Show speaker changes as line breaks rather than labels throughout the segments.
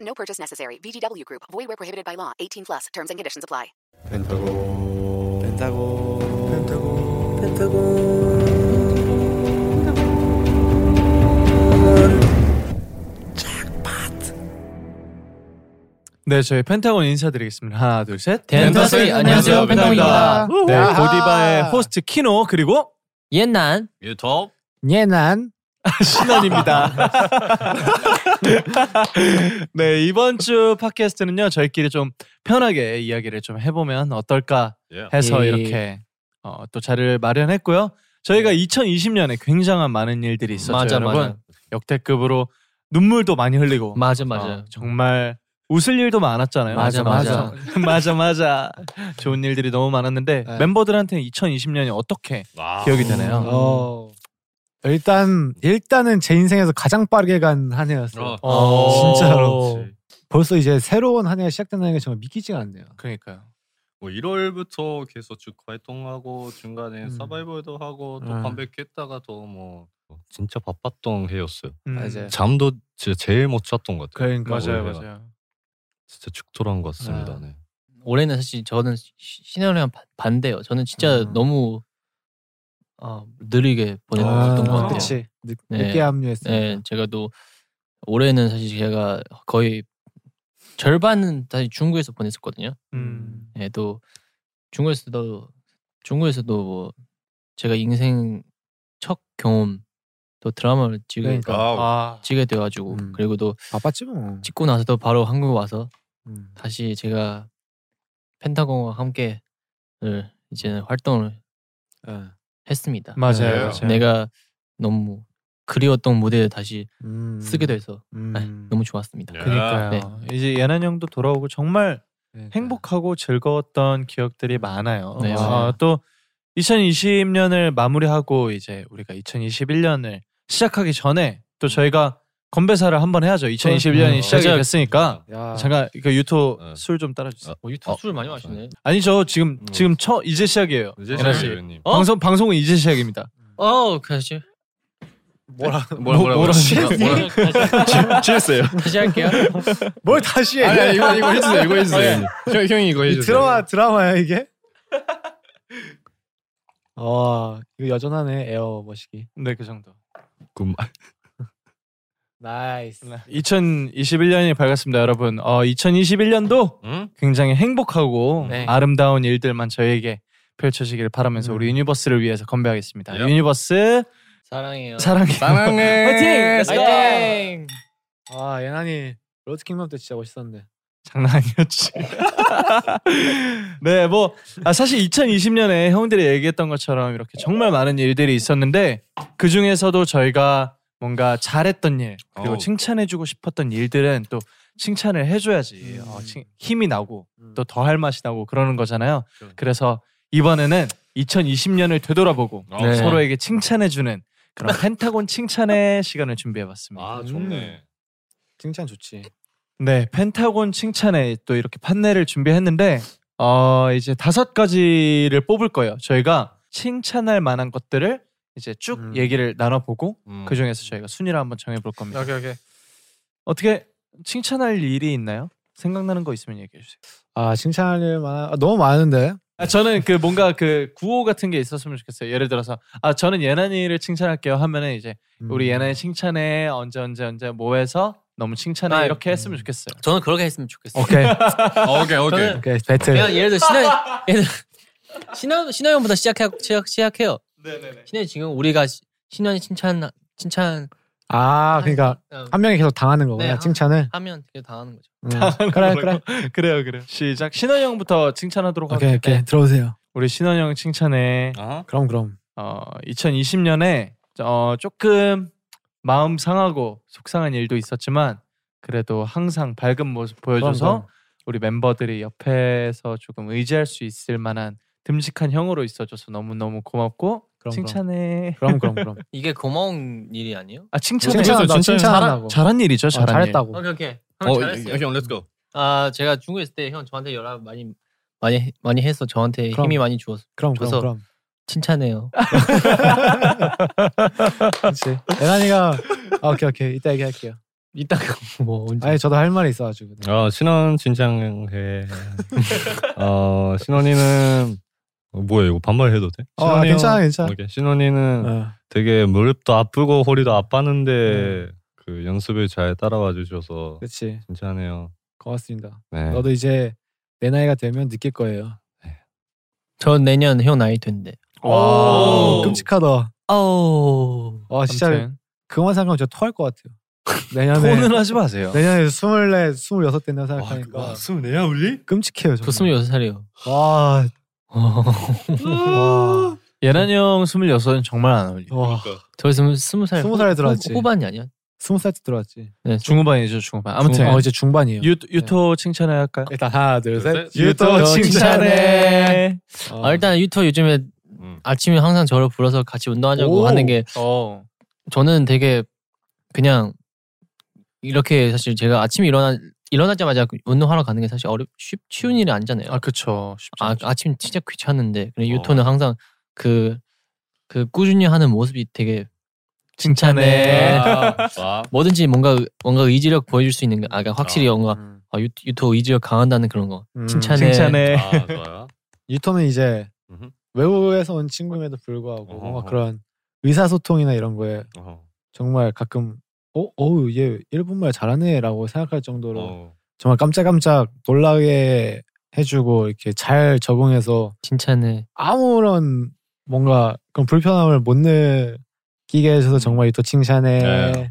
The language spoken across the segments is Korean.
No purchase necessary. VGW Group. Void where prohibited by law. 18 plus. Terms and conditions apply.
펜타곤 펜타곤 펜타곤
네, 저희 펜타곤 인사드리겠습니다. 하나, 둘, 셋.
덴터스리 네, 안녕하세요, 펜타곤입니다.
네, 고디바의 호스트 키노 그리고
옛날
유톱
예난
신원입니다. 네, 이번 주 팟캐스트는요. 저희끼리 좀 편하게 이야기를 좀 해보면 어떨까
예.
해서
예.
이렇게 어, 또 자리를 마련했고요. 저희가 2020년에 굉장한 많은 일들이 있었죠,
맞아
여러분.
맞아
역대급으로 눈물도 많이 흘리고
맞아 맞아
어, 정말 웃을 일도 많았잖아요.
맞아, 맞아.
맞아 맞아. 좋은 일들이 너무 많았는데
네.
멤버들한테는 2020년이 어떻게
와.
기억이 되나요?
어, 일단 일단은 제 인생에서 가장 빠르게 간 한 해였어요.
어.
어, 진짜로.
그렇지.
벌써 이제 새로운 한 해가 시작된다는 게 정말 믿기지가 않네요.
그러니까요.
뭐 1월부터 계속 쭉 활동하고 중간에
음.
서바이벌도 하고 또
음.
컴백했다가 또 뭐 진짜 바빴던 해였어요.
음.
맞아요.
잠도 진짜 제일 못 잤던 것 같아요.
그러니까
맞아요,
올해가.
맞아요.
진짜 죽 돌아온 것 같습니다. 네.
올해는 사실 저는 신현이랑 바- 반대요 저는 진짜
음.
너무 아, 느리게
아,
보냈던 것 같아요
그치. 늦,
네.
늦게 음. 합류했어요.
네 제가 또 올해는 사실 제가 거의 절반은 사실 중국에서 보냈었거든요
음.
네, 또 중국에서도 중국에서도 뭐 제가 인생 첫 경험 또 드라마를 찍게
그러니까.
아,
찍게 돼가지고
음.
그리고 또
바빴지 뭐.
찍고 나서도 바로 한국 와서
음.
다시 제가 펜타곤과 함께 늘 이제 활동을
네.
했습니다.
맞아요.
네.
맞아요.
내가 너무 그리웠던 무대를 다시
음.
쓰게 돼서
음.
아, 너무 좋았습니다.
네.
야.
그러니까요. 이제 예난 형도 돌아오고 정말
그러니까.
행복하고 즐거웠던 기억들이 많아요.
네,
어,
맞아요.
또 2020년을 마무리하고 이제 우리가 2021년을 시작하기 전에 또 저희가 건배사를 한번 해야죠. 2021년이
음,
시작이
맞아요.
됐으니까
야.
잠깐 그 유토
네.
술 좀 따라주세요.
어, 유튜브 술 많이 마시네.
아니죠 지금
음.
지금 처 이제 시작이에요.
이제
예나 씨.
시작님
어?
방송 방송은 이제 시작입니다.
어, 다시
뭐라
네.
뭐라 뭐라
뭐라
뭐라- 다시,
취했어요.
다시 할게요.
뭘 다시 해?
아니 아니, 이거 이거 해주세요. 이거 해주세요. 형 형이 네. 이거
이
해주세요.
드라마 드라마야 이게? 와 어, 이거 여전하네 에어 머시기.
네 그 정도.
그-
나이스.
2021년이 밝았습니다, 여러분. 어, 2021년도
응?
굉장히 행복하고
네.
아름다운 일들만 저에게 펼쳐지기를 바라면서
음.
우리 유니버스를 위해서 건배하겠습니다.
예.
유니버스
사랑해요.
사랑해.
사랑해.
파이팅! 파이팅!
아 예난이 로드킹덤 때 진짜 멋있었는데.
장난 아니었지. 네, 뭐 아, 사실 2020년에 형들이 얘기했던 것처럼 이렇게 정말 많은 일들이 있었는데 그 중에서도 저희가 뭔가 잘했던 일 그리고
어우.
칭찬해주고 싶었던 일들은 또 칭찬을 해줘야지 어, 칭- 힘이 나고
음.
또 더 할 맛이 나고 그러는 거잖아요.
그럼.
그래서 이번에는 2020년을 되돌아보고
어,
네.
서로에게 칭찬해주는 그런 펜타곤 칭찬의 시간을 준비해봤습니다.
아 좋네.
칭찬 좋지.
네, 펜타곤 칭찬에 또 이렇게 판넬을 준비했는데 어, 이제 다섯 가지를 뽑을 거예요. 저희가 칭찬할 만한 것들을 이제 쭉
음.
얘기를 나눠보고
음.
그 중에서 저희가 순위를 한번 정해볼 겁니다.
오케이 오케이.
어떻게 칭찬할 일이 있나요? 생각나는 거 있으면 얘기해 주세요.
아 칭찬할 만한 아, 너무 많은데.
아, 저는 그 뭔가 그 구호 같은 게 있었으면 좋겠어요. 예를 들어서 아 저는 예나니를 칭찬할게요 하면은 이제
음.
우리 예나니 칭찬해 언제 언제 언제 뭐해서 너무 칭찬해
아이,
이렇게 했으면 좋겠어요.
저는 그렇게 했으면 좋겠어요.
오케이
어, 오케이 오케이.
저는
오케이 배틀.
그냥 예를 들어 신하 예를 들어 신하 신하연보다 시작해 시작 시작해요.
네네네.
신혜 지금 우리가 신현이 칭찬 칭찬
아 그러니까 한 명이 계속 당하는 거구나
네, 한-
칭찬을.
어, 하면 되게 당하는 거죠.
음. 그래 그래.
그래요 그래요. 시작. 신원형부터 칭찬하도록
오케이
하겠습니다.
오케이 들어오세요.
우리 신원형 칭찬해.
아하.
그럼 그럼.
어 2020년에 어 조금 마음 상하고 속상한 일도 있었지만 그래도 항상 밝은 모습 보여줘서
어,
우리 멤버들이 옆에서 조금 의지할 수 있을 만한 듬직한 형으로 있어줘서 너무너무 고맙고
그럼,
칭찬해.
그럼 그럼 그럼.
이게 고마운 일이 아니에요?
아 칭찬해.
칭찬, 칭찬한다,
칭찬,
칭찬한다고.
잘한 일이죠.
아,
잘한
잘했다고.
오케이 오케이. 형
어,
잘했어요.
형 렛츠고.
아 제가 중국에 있을 때 형 저한테 연락 많이 많이 해- 많이 해서 저한테
그럼.
힘이 많이 주었어.
그럼 그럼
줘서.
그럼.
칭찬해요.
그렇지. 에란이가 아, 오케이 오케이 이따 얘기할게요.
이따가 뭐 언제?
아니 저도 할 말이 있어가지고. 네.
어, 신원 진창회. 어, 신원이는 어, 뭐야 이거 반말해도 돼?
어,
신원이
괜찮아,
형-
괜찮아.
오케이. 신원이는
어.
되게 무릎도 아프고 허리도
네.
아팠는데 그 연습을 잘 따라와 주셔서
그렇지.
진짜네요.
고맙습니다.
네.
너도 이제 내 나이가 되면 느낄 거예요.
전 내년 형 나이 된대.
와.
오, 끔찍하다.
오.
와 진짜
아무튼
그만 생각하면 저 토할 것 같아요. 내년에
폰은 하지 마세요.
내년에 스물네 스물여섯 된다 생각하니까
숨 내야 울리?
끔찍해요.
저
정말.
26살이에요.
와,
어.
와. 예난 형 26은 정말 안 어울려.
와
그러니까.
저 지금 20살.
스무 살에 들어왔지.
후반이 아니야?
스무 살때 들어왔지.
네, 중...
중후반이죠, 중후반. 아무튼
어, 이제 네, 중반이에요.
유, 유토 칭찬해 할까요?
일단 하나 둘
둘,
셋.
셋.
유토 칭찬해. 어.
아, 일단 유토 요즘에 아침에 항상 저를 불러서 같이 운동하자고
음. 오.
하는 게
어.
저는 되게 그냥 이렇게 사실 제가 아침에 일어나 일어나자마자 그 운동하러 가는 게 사실 어렵 쉽 쉬운 일이 아니잖아요.
아, 그쵸. 쉽지
아,
않죠.
아침 진짜 귀찮은데 근데
어.
유토는 항상 그 그 꾸준히 하는 모습이 되게
칭찬해.
뭐든지 뭔가 뭔가 의지력 보여줄 수 있는 게 아, 그러니까 확실히 뭔가
음.
아, 유, 유토 의지력 강한다는 그런 거.
음.
칭찬해.
칭찬해.
아, 좋아요.
유토는 이제
음흠.
외국에서 온 친구임에도 불구하고
어허허.
뭔가 그런 의사소통이나 이런 거에
어. 얘
정말 가끔 어, 어우 얘 일본말 잘하네라고 생각할 정도로
어.
정말 깜짝깜짝 놀라게 해주고 이렇게 잘 적응해서
칭찬해.
아무런 뭔가 그런 불편함을 못 느끼게 해줘서 정말 유토 칭찬해.
음. 네.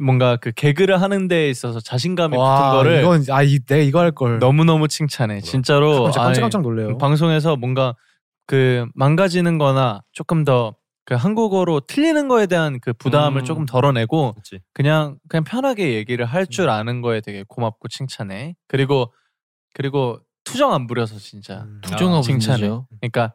뭔가 그 개그를 하는 데 있어서 자신감이 붙은 거를
이건 아 이, 내가 이거 할 걸.
너무너무 칭찬해. 진짜로.
깜짝,
아예
깜짝 깜짝 놀래요.
방송에서 뭔가 그 망가지는 거나 조금 더 그 한국어로 틀리는 거에 대한 그 부담을
음.
조금 덜어내고
그렇지.
그냥 그냥 편하게 얘기를 할
그렇죠.
줄 아는 거에 되게 고맙고 칭찬해. 그리고 그리고 투정 안 부려서 진짜.
음.
투정하고
칭찬해.
칭찬해요.
그러니까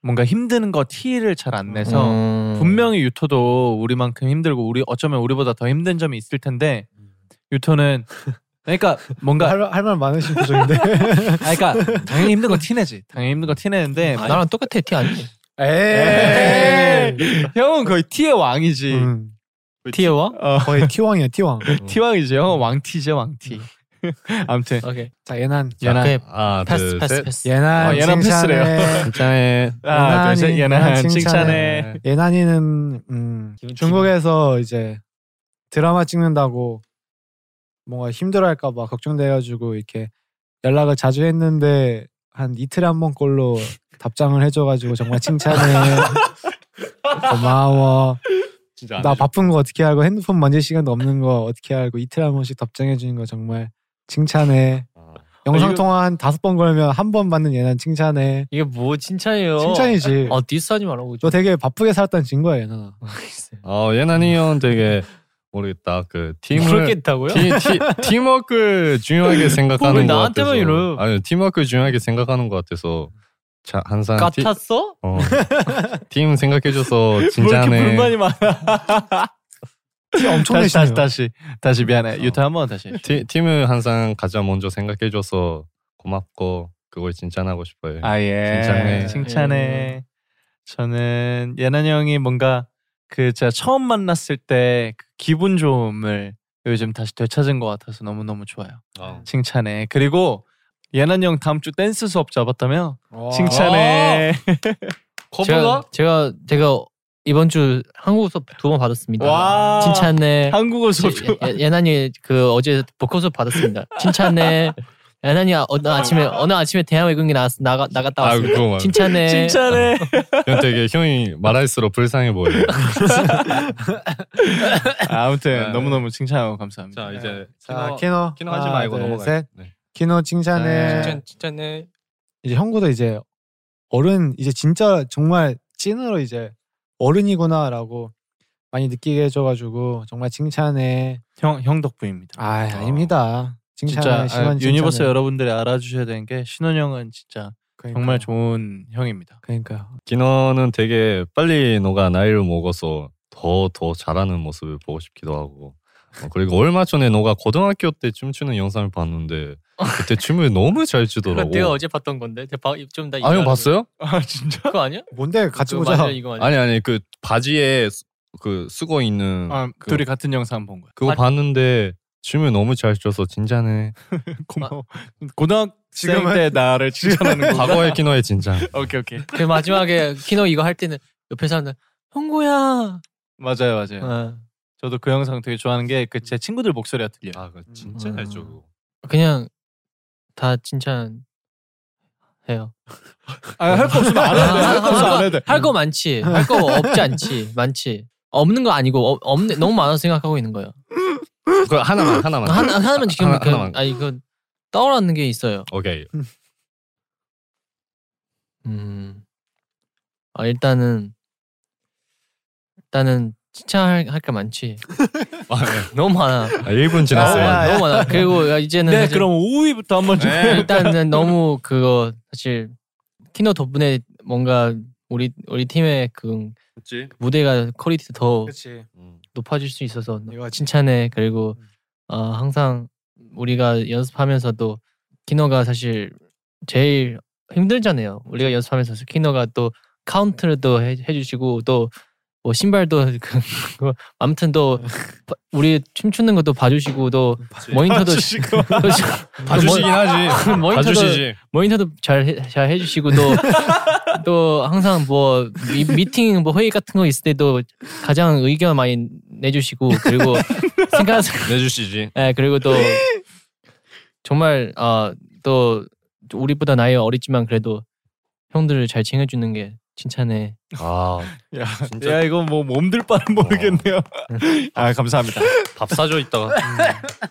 뭔가 힘든 거 티를 잘 안 내서
음.
분명히 유토도 우리만큼 힘들고 우리 어쩌면 우리보다 더 힘든 점이 있을 텐데
음.
유토는 그러니까 뭔가
할 말 많으신 표정인데.
아 그러니까 당연히 힘든 거 티내지. 당연히 힘든 거 티내는데
음.
아, 나랑 똑같아 티 아니?
에이.
형은 거의 티의 왕이지. 어.
음,
티에와?
거의 티왕이야 티왕.
티왕이지. 형은 왕티죠, 왕티.
음.
아무튼
오케이.
자 예난 어,
예나
오케이.
하나,
패스
아, 둘,
패스
셋.
패스.
예난
아, 예난
칭찬해.
진짜네.
하나, 둘, 셋.
예난이,
예나
예난 네.
칭찬해.
예난이는 음,
기분-
중국에서 이제 드라마 찍는다고 뭔가 힘들어할까봐 걱정돼가지고 이렇게 연락을 자주 했는데 한 이틀에 한 번꼴로 답장을 해줘가지고 정말 칭찬해. 고마워.
진짜 안
나
해줘.
바쁜 거 어떻게 알고 핸드폰 만질 시간도 없는 거 어떻게 알고 이틀에 한 번씩 답장해 주는 거 정말 칭찬해.
아.
영상 통화 한 다섯 번 걸면 한 번 받는 예난 칭찬해.
이게 뭐 칭찬이에요?
칭찬이지.
어 디스하지 말라고.
너 되게 바쁘게 살았다는 증거야 예난아.
어, 예나니 형 되게 모르겠다. 그 팀을
그렇겠다고요?
팀, 팀, 팀워크 중요하게
왜
생각하는 것 같아서
나한테만 이래?
아니 팀워크 중요하게 생각하는 것 같아서 자 항상 티,
같았어?
어, 팀 생각해줘서
왜 이렇게
진짜네.
불만이 많아?
티 엄청 내시네요.
다시 다시 다시 다시 미안해. 유타 한 번 다시. 해줘.
티, 팀을 항상 가장 먼저 생각해줘서 고맙고 그걸 칭찬하고 싶어요.
아 예.
칭찬해.
칭찬해. 저는 예난 형이 뭔가 그 제가 처음 만났을 때 그 기분 좋음을 요즘 다시 되찾은 것 같아서 너무 너무 좋아요.
어.
칭찬해. 그리고 예난 형 다음 주 댄스 수업 잡았다며?
와.
칭찬해.
제가 제가 제가 이번 주 한국 수업 두 번 받았습니다.
와.
칭찬해.
한국어 수업.
예- 예- 예난이 그 어제 보컬 수업 받았습니다. 칭찬해. 예난이 아- 어느 아침에 어느 아침에 대한 외국인 나갔 나가, 나갔다
아
왔어요.
그거 말.
칭찬해.
칭찬해.
이건 되게 형이 말할수록 불쌍해 보여요.
아무튼
네.
너무너무 칭찬하고 감사합니다. 예.
자 이제
자 키노
키노 하지 네, 말고
하나, 둘,
넘어가요.
셋.
네.
키노
네.
칭찬해.
칭찬.
칭찬해.
이제 형구도 이제 어른 이제 진짜 정말 찐으로 이제 어른이구나라고 많이 느끼게 해줘가지고 정말 칭찬해.
형, 형 덕분입니다.
아 아닙니다.
어. 진짜
칭찬해.
아,
신원 칭찬해.
유니버스 여러분들이 알아주셔야 되는 게 신원 형은 진짜
그러니까요.
정말 좋은 형입니다.
그러니까요.
기너는 되게 빨리 너가 나이를 먹어서 더 더 잘하는 모습을 보고 싶기도 하고 어, 그리고 얼마 전에 너가 고등학교 때 춤추는 영상을 봤는데 그때 춤을 너무 잘
그거
추더라고.
내가 어제 봤던 건데. 좀나
아 형 봤어요?
아 진짜?
그거 아니야?
뭔데 같이
그거
보자.
맞아요, 이거 맞아요.
아니 아니 그 바지에 수- 그 쓰고 있는
아,
그,
둘이 같은 영상 본 거야.
그거
바-
봤는데 춤을 너무 잘 춰서 진짜네.
고마워. 고등학생
지금은-
때 나를 칭찬하는 거.
과거의 기너의 진짜.
오케이 오케이.
그 마지막에 키노 이거 할 때는 옆에 사람들 홍구야.
맞아요 맞아요.
어.
저도 그 영상 되게 좋아하는 게 그 제 친구들 목소리가 들려. 요
아 그거 진짜 잘 춰. 그거.
음. 그냥 다 칭찬해요.
아,
할 거 없으면 안 해도 돼. 할 거 없으면 안 해도 돼.
할 거 많지. 할 거 없지 않지. 많지. 없는 거 아니고 어, 없는 너무 많아서 생각하고 있는 거예요.
그거 하나만 하나만.
아,
하나 하나만 지금
하나,
그,
하나만.
아니 그 떠오르는 게 있어요.
오케이.
음. 아 일단은 일단은 칭찬할 할 게 많지. 너무 많아.
아, 1분 지났어요.
너무 많아. 너무 많아. 그리고 이제는
네
사실
그럼 5위부터 한번 좀.
일단은 너무 그거 사실 키노 덕분에 뭔가 우리 우리 팀의 그
그치?
무대가 퀄리티 더
그렇지.
음.
높아질 수 있어서
이거
칭찬해 그리고 어, 항상 우리가 연습하면서도 키노가 사실 제일 힘들잖아요. 우리가 연습하면서 키노가 또 카운트도 해, 해주시고 또 뭐 신발도 그- 그거 아무튼 또
음.
바- 우리 춤추는 것도 봐주시고 또 모니터도
봐주시고.
또-
봐주시긴 하지.
모니터도
봐주시지.
모니터도 뭐 잘 잘 해주시고 또 또 항상 뭐 미, 미팅 뭐 회의 같은 거 있을 때도 가장 의견 많이 내주시고 그리고 생각
내주시지.
예 그리고 또 정말 아또 우리보다 나이 어리지만 그래도 형들을 잘 챙겨주는 게 칭찬해
아,
야,
진짜.
야 이거 뭐 몸들 바는 모르겠네요. 아 감사합니다. 음.
밥 사줘 있다가.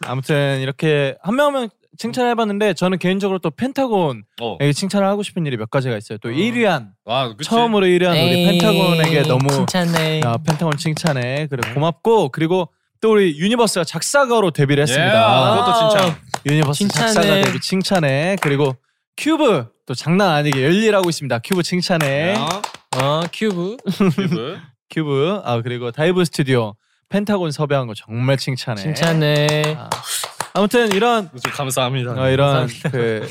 아무튼 이렇게 한 명 한 명 칭찬해봤는데 저는 개인적으로 또 펜타곤에게
어.
칭찬을 하고 싶은 일이 몇 가지가 있어요. 또 1위한
아, 그치?
처음으로 1위한 우리
에이,
펜타곤에게 너무
칭찬해
네.
야, 아, 펜타곤 칭찬해. 그래 고맙고 그리고 또 우리 유니버스가 작사가로 데뷔를 했습니다. 아,
예, 그것도 칭찬.
유니버스
칭찬해.
작사가 데뷔 칭찬해. 그리고 큐브 또 장난 아니게 열일하고 있습니다. 큐브 칭찬해.
네.
어 큐브
피부.
큐브 아 그리고 다이브 스튜디오 펜타곤 섭외한 거 정말 칭찬해.
칭찬해
아, 아무튼 이런
좀 그렇죠. 감사합니다.
어, 이런 그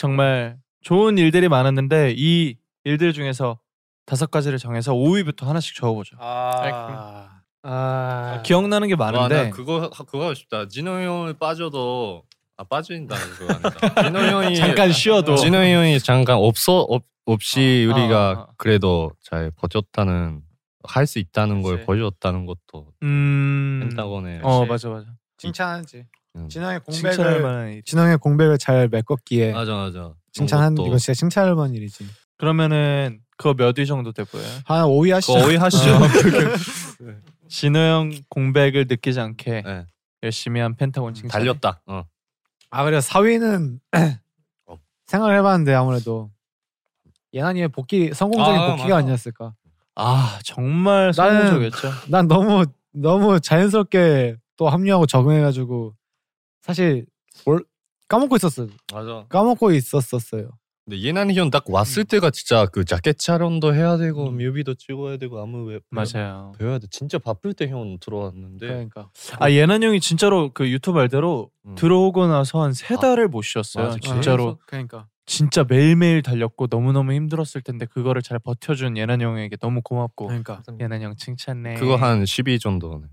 정말 좋은 일들이 많았는데 이 일들 중에서 다섯 가지를 정해서 5위부터 하나씩 적어보죠.
아. 아.
기억나는 게
와,
많은데
나 그거 그거 하고 싶다. 진호 형이 빠져도 아 빠진다 그거 아니다. 진호 형이
잠깐 쉬어도
진호 형이 잠깐 없어 없, 없이
어,
우리가
어, 어.
그래도 잘 버텼다는 할 수 있다는 걸
그치.
보여줬다는 것도
음...
펜타곤의
어 맞아 맞아.
칭찬하지.
음.
진영의
칭찬할
공백을
만한 일.
진영의 공백을 잘 메꿨기에
맞아 맞아.
칭찬한
그런
이거
것도.
진짜 칭찬할 만한 일이지.
그러면은 그거 몇 위 정도 될 거예요? 어.
하나 아, 오이 하시죠.
그거 오이
아,
하시죠.
네.
진호 형 공백을 느끼지 않게
네.
열심히 한
음,
펜타곤 칭찬.
달렸다. 어.
아 그래 4위는
어.
생각을 해봤는데 아무래도 예나님의 복귀 성공적인
아,
복귀가
맞아.
아니었을까
아 정말
나는-
성공적이었죠.
난 너무 너무 자연스럽게 또 합류하고 적응해가지고 사실 올- 까먹고 있었어.
맞아.
까먹고 있었었어요.
근데 예난이 형 딱 왔을 때가 진짜 그 자켓 촬영도 해야 되고 뮤비도 찍어야 되고 아무 왜
그
맞아요.
배워야 돼. 진짜 바쁠 때 형 들어왔는데
그러니까
아 예난 형이 진짜로 그 유튜브 말대로
음.
들어오고 나서 한 세 달을 못 쉬었어요.
네.
맞아.
진짜로
아. 그러니까
진짜 매일매일 달렸고 너무너무 힘들었을 텐데 그거를 잘 버텨준 예난 형에게 너무 고맙고
그러니까
예난 형 칭찬해.
그거 한 12 정도.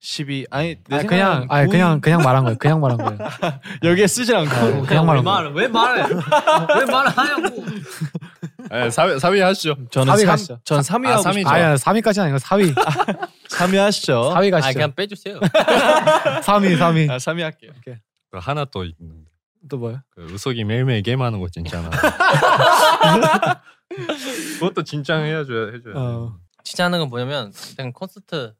12 아니 내
아니,
생각엔
그냥 아니
돈
그냥 그냥 말한 거예요. 그냥 말한 거예요.
여기에 쓰지 않고
그냥 말한 거예요.
말을 왜 말해? 왜 말하냐고.
네, 3위 3위 하시죠.
저는
삼위
3,
가시죠.
전 3위
아,
하고
삼위.
싶어요.
아야 3위까지 아니고 4위.
3위 하시죠.
4위
아
가시죠.
그냥 빼주세요.
3위 3위.
어? 아, 3위 할게요.
그 하나 또 있는데.
또 뭐요?
그 의석이 매일매일 게임하는 거 진짜 나. 그것도 진짜 해줘야 해줘야. 돼.
어.
진짜 하는 건 뭐냐면 일단 콘서트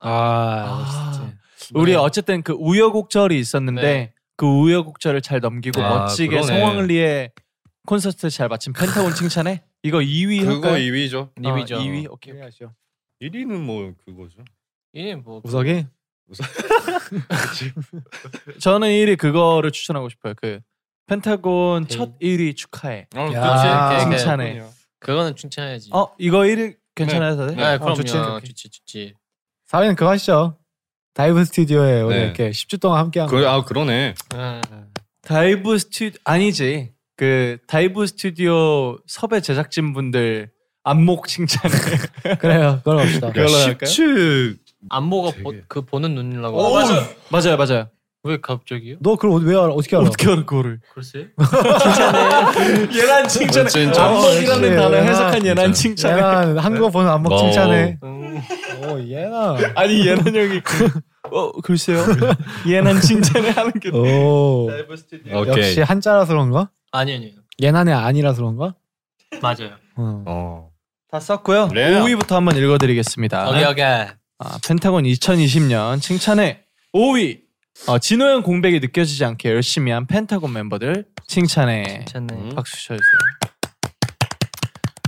아, 우리 어쨌든 그 우여곡절이 있었는데
네.
그 우여곡절을 잘 넘기고
아,
멋지게
그러네.
성황리에 콘서트 잘 마친 펜타곤 칭찬해. 이거 2위
그거
할까요?
2위죠.
아,
2위죠.
2위 오케이.
1위는 뭐 그거죠.
1위 뭐
우석이
저는 1위 그거를 추천하고 싶어요. 그 펜타곤
오케이.
첫 1위 축하해.
어,
야,
네,
칭찬해.
네. 그거는 칭찬해야지.
어 이거 1위 괜찮아요 다들?
네,
어,
그럼요.
좋지, 좋지.
좋지, 좋지.
4위는 그거 하시죠. 다이브 스튜디오에 오늘
네.
이렇게 10주 동안 함께
어.
한 거.
그, 아 그러네.
아,
다이브 스튜 아니지 그 다이브 스튜디오 섭외 제작진 분들 안목 칭찬해.
그래요. 그걸 봅시다.
그걸로 할까요?
10주
안무가 보,
되게-
그 보는 눈이라고.
오, 맞아요. 맞아요 맞아요.
왜 갑자기요?
너 그걸 어디- 왜 알아? 어떻게 알아?
어떻게 하는 그거를?
글쎄.
예난 칭찬해.
진짜.
안목이라는
어,
아, 단어
예난.
해석한 예난
진짜.
칭찬해.
얘는 한국어 보는 안목
어.
칭찬해.
음,
오 얘나.
아니 예난 형이 그- 어 글쎄요 예난 칭찬을 하는 게
어.
오
라이브 스튜디오
오케이.
역시 한자라서 그런가?
아니 아니요.
얘나네 아니라서 그런가?
맞아요.
어.
어.
다 썼고요
그래요.
5위부터 한번 읽어드리겠습니다
여기 여기.
아, 펜타곤 2020년 칭찬해 5위 어, 진호형 공백이 느껴지지 않게 열심히 한 펜타곤 멤버들 칭찬해
괜찮네.
박수 쳐주세요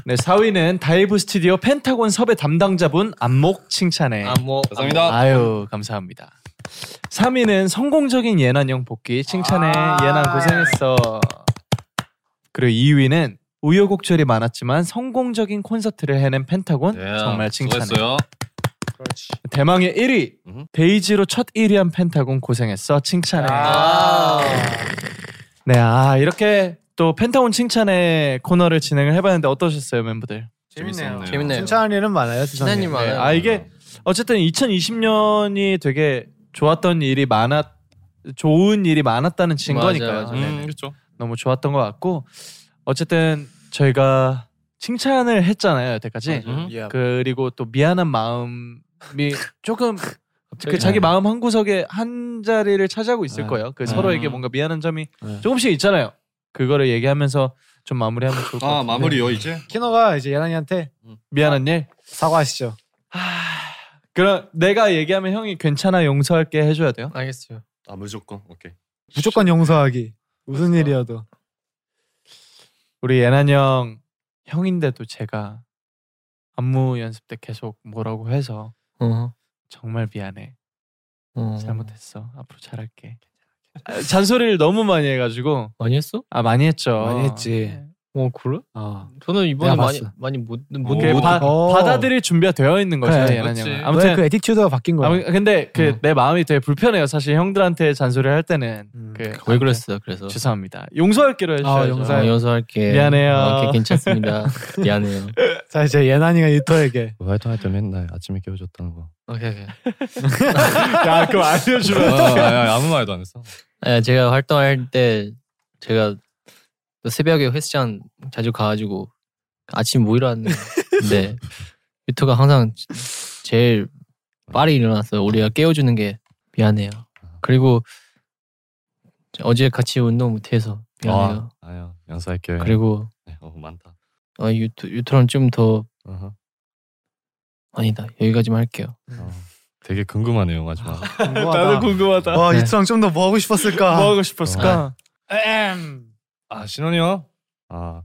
네 4위는 다이브 스튜디오 펜타곤 섭외 담당자분 안목 칭찬해
안무.
감사합니다.
어, 아유 감사합니다. 3위는 성공적인 예난 형 복귀 칭찬해
아.
예난 고생했어. 그리고 2위는 우여곡절이 많았지만 성공적인 콘서트를 해낸 펜타곤
네,
정말 칭찬해.
수고했어요.
대망의 1위
음.
데이지로 첫 1위한 펜타곤 고생했어 칭찬해.
아.
네, 아 이렇게 또 펜타곤 칭찬해 코너를 진행을 해봤는데 어떠셨어요 멤버들?
재밌네요.
재밌네요.
칭찬할 일은 많아요. 세상에.
신나님
네,
많아요.
아 이게 어쨌든 2020년이 되게 좋았던 일이 많았 좋은 일이 많았다는 증거니까요.
맞아요.
네네.
음, 그렇죠.
너무 좋았던 것 같고 어쨌든 저희가 칭찬을 했잖아요 여태까지
맞아요.
음.
그리고 또 미안한 마음이 조금 그 자기
네.
마음 한 구석에 한 자리를 차지하고 있을
네.
거예요.
네.
그 서로에게 뭔가 미안한 점이
네.
조금씩 있잖아요. 그거를 얘기하면서 좀 마무리하면 좋을 것 같아요.
아 마무리요 이제.
키노가 이제 예나니한테
미안한 일.
사과하시죠.
그럼 내가 얘기하면 형이 괜찮아 용서할게 해줘야 돼요.
알겠어요.
아 무조건 오케이.
무조건 용서하기.
그렇죠.
무슨 일이어도.
우리 예난 형 형인데도 제가 안무 연습 때 계속 뭐라고 해서
어.
정말 미안해
어.
잘못했어 앞으로 잘할게 아, 잔소리를 너무 많이 해가지고
많이 했어?
아 많이 했죠 네.
많이 했지.
어 그래?
어.
저는 이번에
내가
많이
봤어.
많이 못못
뭐
그게
오,
바,
오.
받아들일 준비가 되어 있는
뭐
거죠
그래,
예난
그렇지.
형은
아무튼 그
아무튼
에티튜드가 바뀐 거야.
아무, 근데 그
음.
내 마음이 되게 불편해요 사실 형들한테 잔소리를 할 때는
음. 아,
그,
왜 그랬어? 그래서
죄송합니다 용서할기로 해주셔야죠
용서할-
어, 연수할게.
미안해요.
어, 오케이, 괜찮습니다. 미안해요.
자 이제 예나니가 유토에게
뭐 활동할 때 맨날 아침에 깨워줬다는 거.
오케이 오케이.
야 그럼 알려주면
어.
아, 무 말도 안 했어.
아, 제가 활동할 때 제가 또 새벽에 헬스장 자주 가가지고 아침 못 일어났는데 유토가 항상 제일 빨리 일어났어요. 우리가
아.
깨워주는 게 미안해요. 그리고 어제 같이 운동 못해서 미안해요.
아, 아니요. 연사할게요.
그리고
네, 어, 많다.
어, 유토 유토랑 좀 더
어허.
아니다 여기까지만 할게요.
어, 되게 궁금하네요 마지막.
아,
나도 궁금하다
와
네.
유토랑 좀 더 뭐 하고 싶었을까?
뭐 하고 싶었을까
아 신원이요? 아,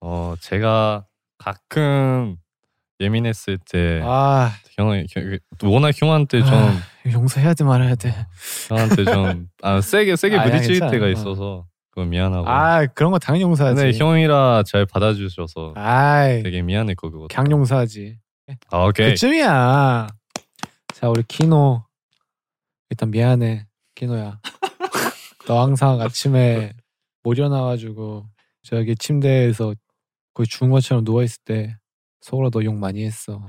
어 제가 가끔 예민했을 때
아
형이 형- 워낙 형한테 좀
아. 용서해야 돼 말아야 돼.
형한테 좀 아, 세게 세게
아,
부딪힐
괜찮아.
때가
어.
있어서 그건 미안하고.
아 그런 거 당연히 용서하지.
근데 네, 형이라 잘 받아주셔서
아이
되게 미안했고 그거.
강 용서하지.
아 오케이.
그쯤이야. 자 우리 키노 일단 미안해 키노야. 너 항상 아침에 모려 나와가지고 저기 침대에서 거의 죽은 것처럼 누워 있을 때 속으로 너 욕 많이 했어.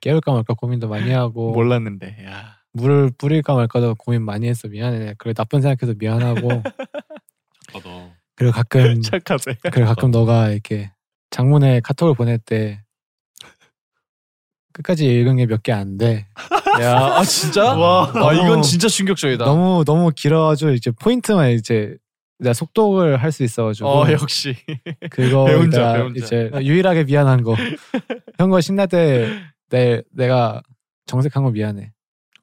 깨울까 말까 고민도 많이 하고
몰랐는데. 야.
물을 뿌릴까 말까도 고민 많이 했어. 미안해. 그래 나쁜 생각해서 미안하고
저도.
그리고 가끔
착하세.
그래 가끔
어.
너가 이렇게 장문에 카톡을 보낼 때 끝까지 읽은 게 몇 개 안 돼.
야, 아 진짜?
와.
아 이건 진짜 충격적이다.
너무 너무 길어가지고 이제 포인트만 이제 내가 속독을 할 수 있어가지고
어 역시.
그거
배운 자,
내가
배운 자.
이제 유일하게 미안한 거 형거 신날 때 내 내가 정색한 거 미안해.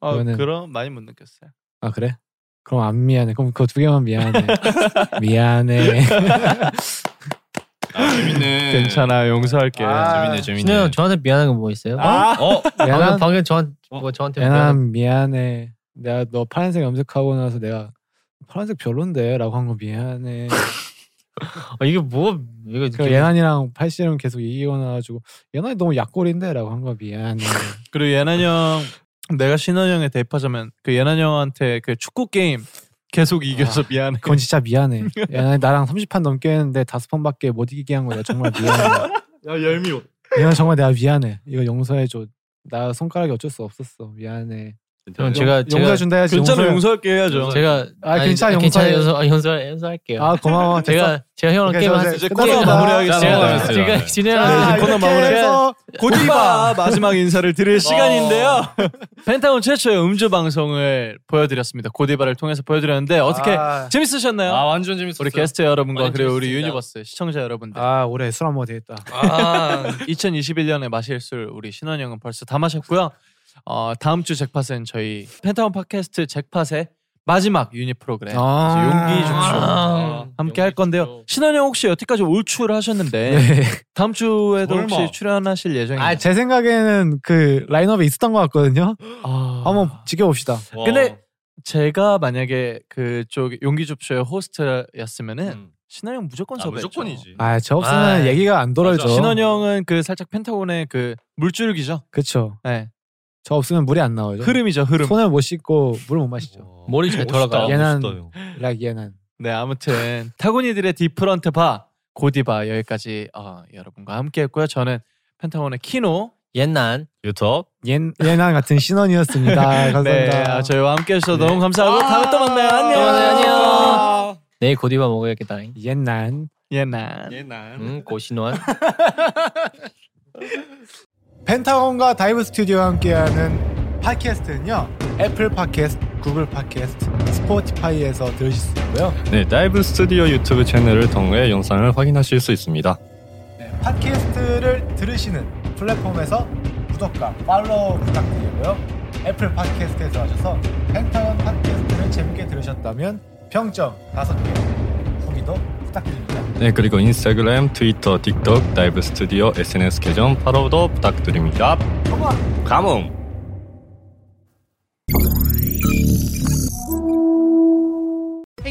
아
이거는-
그럼 많이 못 느꼈어요.
아 그래? 그럼 안 미안해. 그럼 그거 두 개만 미안해. 미안해.
아 재밌네.
괜찮아 용서할게.
아.
신호
재밌네 재밌네.
형 저한테 미안한 거 뭐 있어요?
아,
어
방금
애남
방금 저한 뭐 저한테
어.
미안한
애남 미안해. 내가 너 파란색 염색하고 나서 내가 파란색 별론데라고 한 거 미안해.
거- 어, 이게 뭐 이거
그 예난이랑 팔씨름 계속 이기고 나가지고 예난이 너무 약골인데라고 한 거 미안해.
그리고 예난 형 내가 신원 형에 대입하자면 그 예난 형한테 그 축구 게임 계속 이겨서 미안해.
그건 진짜 미안해. 예난이 나랑 30판 넘게 했는데 다섯 판밖에 못 이기게 한 거야. 정말 미안해.
야 열미워.
예난 정말 내가 미안해. 이거 용서해 줘. 나 손가락이 어쩔 수 없었어. 미안해.
형 제가
용서해
제가
준다 해야지.
괜찮아
용서해.
용서할게 해야죠.
제가
아, 괜찮아,
괜찮아
용서해.
용서 용서 용서할게요.
아 고마워. 됐어.
제가 제가 형랑
오케이,
게임
저
한
이제
끝나서
코너
봐.
마무리하겠습니다.
자,
제가 네,
자,
제가
자,
아,
진행하는
코너 마무리해서 고디바 마지막 인사를 드릴 시간인데요. 펜타곤 최초의 음주 방송을 보여드렸습니다. 고디바를 통해서 보여드렸는데 어떻게 재밌으셨나요?
아 완전 재밌었어요.
우리 게스트 여러분과
완전
그리고 우리
재밌습니다.
유니버스 시청자 여러분들
아 올해 술 한 번 되겠다.
2021년에 아, 마실 술 우리 신원형은 벌써 다 마셨고요. 어, 다음 주 잭팟은 저희 펜타곤 팟캐스트 잭팟의 마지막 유닛 프로그램
아.
용기 중쇼
아.
함께 할 건데요. 신원형 혹시 여태까지 올출을 하셨는데
네.
다음 주에도
설마.
혹시 출연하실 예정인가요?
아 제 생각에는 그 라인업에 있었던 것 같거든요.
아.
한번 지켜봅시다.
와.
근데 제가 만약에 그쪽 용기 줍쇼의 호스트였으면은
음.
신원형 무조건
아,
섭외했죠.
무조건이지.
아 저 없으면
아,
얘기가 안 돌아죠.
맞아. 신원-
예. 신원형은 그 살짝 펜타곤의 그 물줄기죠.
그쵸.
네.
저 없으면 물이 안
네.
나오죠.
흐름이죠, 흐름.
손을 못 씻고 물 못 마시죠.
와.
머리 잘
멋있다,
돌아가요.
얘는-
멋있다, 형.
락 예난.
네, 아무튼 타고니들의 디프런트 바 고디바 여기까지 어, 여러분과 함께했고요. 저는 펜타곤의 키노.
옛날
유튜브.
예, 예난 같은 신원이었습니다. 감사합니다. 네. 아!
네, 아, 저희와 함께해주셔서 너무 감사하고 다음에 또 만나요. 안녕.
또 만나요. 안녕. 내일 고디바 먹어야겠다.
옛날
예난.
응 고신원.
펜타곤과 다이브 스튜디오와 함께하는 팟캐스트는요 애플 팟캐스트, 구글 팟캐스트, 스포티파이에서 들으실 수 있고요
네, 다이브 스튜디오 유튜브 채널을 통해 영상을 확인하실 수 있습니다.
네, 팟캐스트를 들으시는 플랫폼에서 구독과 팔로우 부탁드리고요 애플 팟캐스트에서 하셔서 펜타곤 팟캐스트를 재밌게 들으셨다면 평점 5개 후기도 부탁드립니다
네, 그리고 인스타그램, 트위터, 틱톡, 다이브 스튜디오 SNS 계정 팔로우도 부탁드립니다. 가문.
Hey